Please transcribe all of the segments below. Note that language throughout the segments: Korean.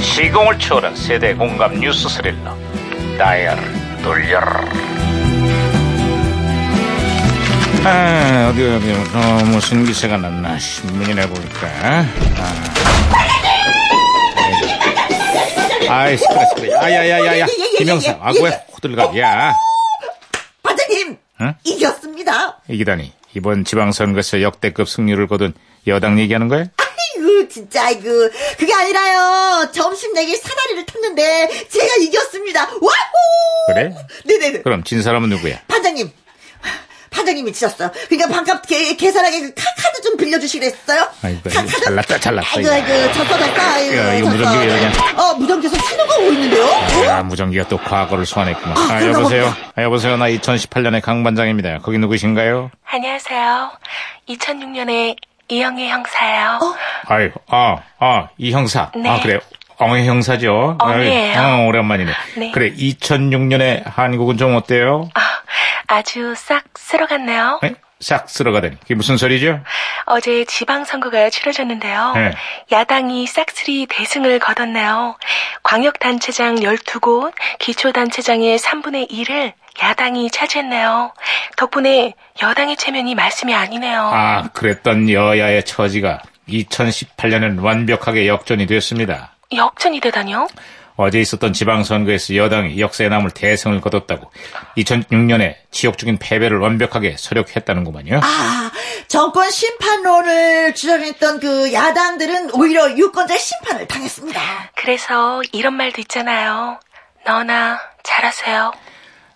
시공을 초월한 세대 공감 뉴스 스릴러 다이얼을 돌려라 아, 어디 어디 어, 무슨 기사가 났나 신문이나 볼까 아. 아이 시끄러 시끄러 야야야야야 예, 예, 예, 예, 김영삼 예, 예. 아구에 호들갑이야 반장님 응? 이겼습니다. 이기다니 이번 지방선거에서 역대급 승률을 거둔 여당 얘기하는 거야? 아이고 진짜 아이고 그게 아니라요 점심 내기 사다리를 탔는데 제가 이겼습니다. 와호! 그래? 네네네 그럼 진 사람은 누구야? 반장님 반장님이 지셨어요. 그러니까 반값 계, 계산하게 그 카, 카드 좀 빌려주시기로 했어요. 아이고, 카- 아이고, 잘났다, 잘났다, 아이고 이거. 아이고 졌어 졌어 아이고 야, 이거 졌어. 무전기 왜 이러냐. 어 무전기에서 신호가 오고 있는데요. 어? 아, 무전기가 또 과거를 소환했구만. 아, 아, 그런가 여보세요? 보다. 아, 여보세요? 나 2018년의 강반장입니다. 거기 누구신가요? 안녕하세요. 2006년에 이영애 형사요. 아유, 아, 아, 이 형사. 네. 아, 그래요? 엉의 형사죠? 엉이에요. 아유, 어, 오랜만이네. 네. 그래, 2006년에 한국은 좀 어때요? 아, 주싹 쓸어갔네요. 에? 싹 쓸어가다니. 그게 무슨 소리죠? 어제 지방선거가 치러졌는데요. 네. 야당이 싹쓸이 대승을 거뒀네요. 광역단체장 12곳, 기초단체장의 3분의 1을 야당이 차지했네요. 덕분에 여당의 체면이 말씀이 아니네요. 아, 그랬던 여야의 처지가 2018년엔 완벽하게 역전이 됐습니다. 역전이 되다뇨? 어제 있었던 지방선거에서 여당이 역사에 남을 대승을 거뒀다고 2006년에 지역적인 패배를 완벽하게 서력했다는구만요. 아, 정권 심판론을 주장했던 그 야당들은 오히려 유권자 심판을 당했습니다. 그래서 이런 말도 있잖아요. 너나 잘하세요.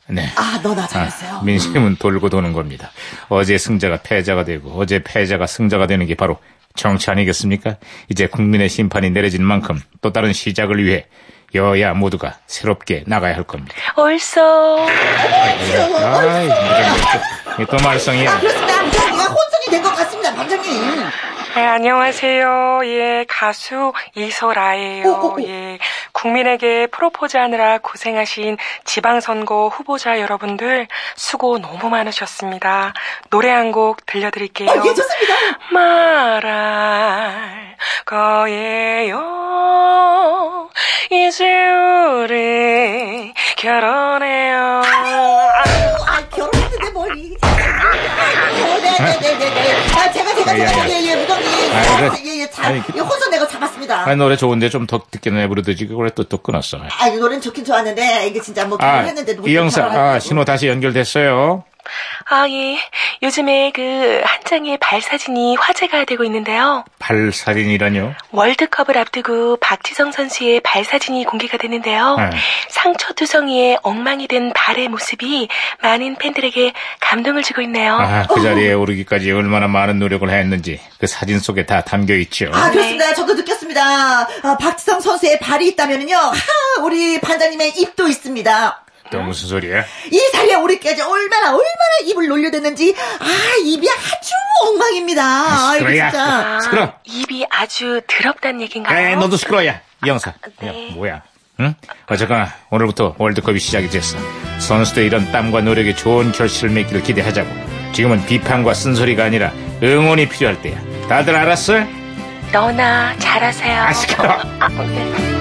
네. 아, 너나 아, 잘했어요. 민심은 돌고 도는 겁니다. 어제 승자가 패자가 되고 어제 패자가 승자가 되는 게 바로 정치 아니겠습니까? 이제 국민의 심판이 내려진 만큼 또 다른 시작을 위해 여야 모두가 새롭게 나가야 할 겁니다. 올소. 아이, 이게 또, 이게 또 말썽이야. 아, 그렇습니다. 민정이가 혼선이 된 것 같습니다, 반장님. 네, 안녕하세요. 예, 가수 이소라예요. 오, 오, 오. 예, 국민에게 프로포즈하느라 고생하신 지방선거 후보자 여러분들 수고 너무 많으셨습니다. 노래 한 곡 들려드릴게요. 어, 예, 좋습니다. 말할 거예요. 이제 우리 결혼해요. 아, 아, 결혼했는데 뭘 이. 어, 네, 네, 네, 네, 네. 아, 제가, 제가, 야, 야, 제가, 야. 예, 예, 무정이. 아, 그래. 예, 예, 아니, 잘. 그- 예, 혼선 내고 잡았습니다. 아, 노래 좋은데 좀 더 듣게 내버려도 지금 그래 또, 또 끊었어. 아, 이 노래는 좋긴 좋았는데, 이게 진짜 뭐, 아, 결혼했는데도. 못 이 형사, 아, 결혼하고. 신호 다시 연결됐어요. 아, 예. 요즘에 그, 한 장의 발사진이 화제가 되고 있는데요. 발살인이라뇨. 월드컵을 앞두고 박지성 선수의 발사진이 공개가 되는데요. 네. 상처투성이에 엉망이 된 발의 모습이 많은 팬들에게 감동을 주고 있네요. 아, 그 자리에 오르기까지 얼마나 많은 노력을 했는지 그 사진 속에 다 담겨 있죠. 아, 그렇습니다. 저도 느꼈습니다. 아, 박지성 선수의 발이 있다면요. 하, 우리 반장님의 입도 있습니다. 또 무슨 소리야? 이 자리에 오르기까지 얼마나 얼마나 입을 놀려댔는지 아 입이 아주 엉망입니다. 아, 이거 시끄러야. 진짜 아, 아, 시끄러. 입이 아주 더럽단 얘긴가요? 에이, 네, 너도 시끄러야. 이 형사. 네. 야, 뭐야? 응? 어쨌거나 오늘부터 월드컵이 시작이 됐어. 선수들의 이런 땀과 노력에 좋은 결실을 맺기를 기대하자고. 지금은 비판과 쓴소리가 아니라 응원이 필요할 때야. 다들 알았어? 너나 잘하세요. 아, 시끄러. 아, 네.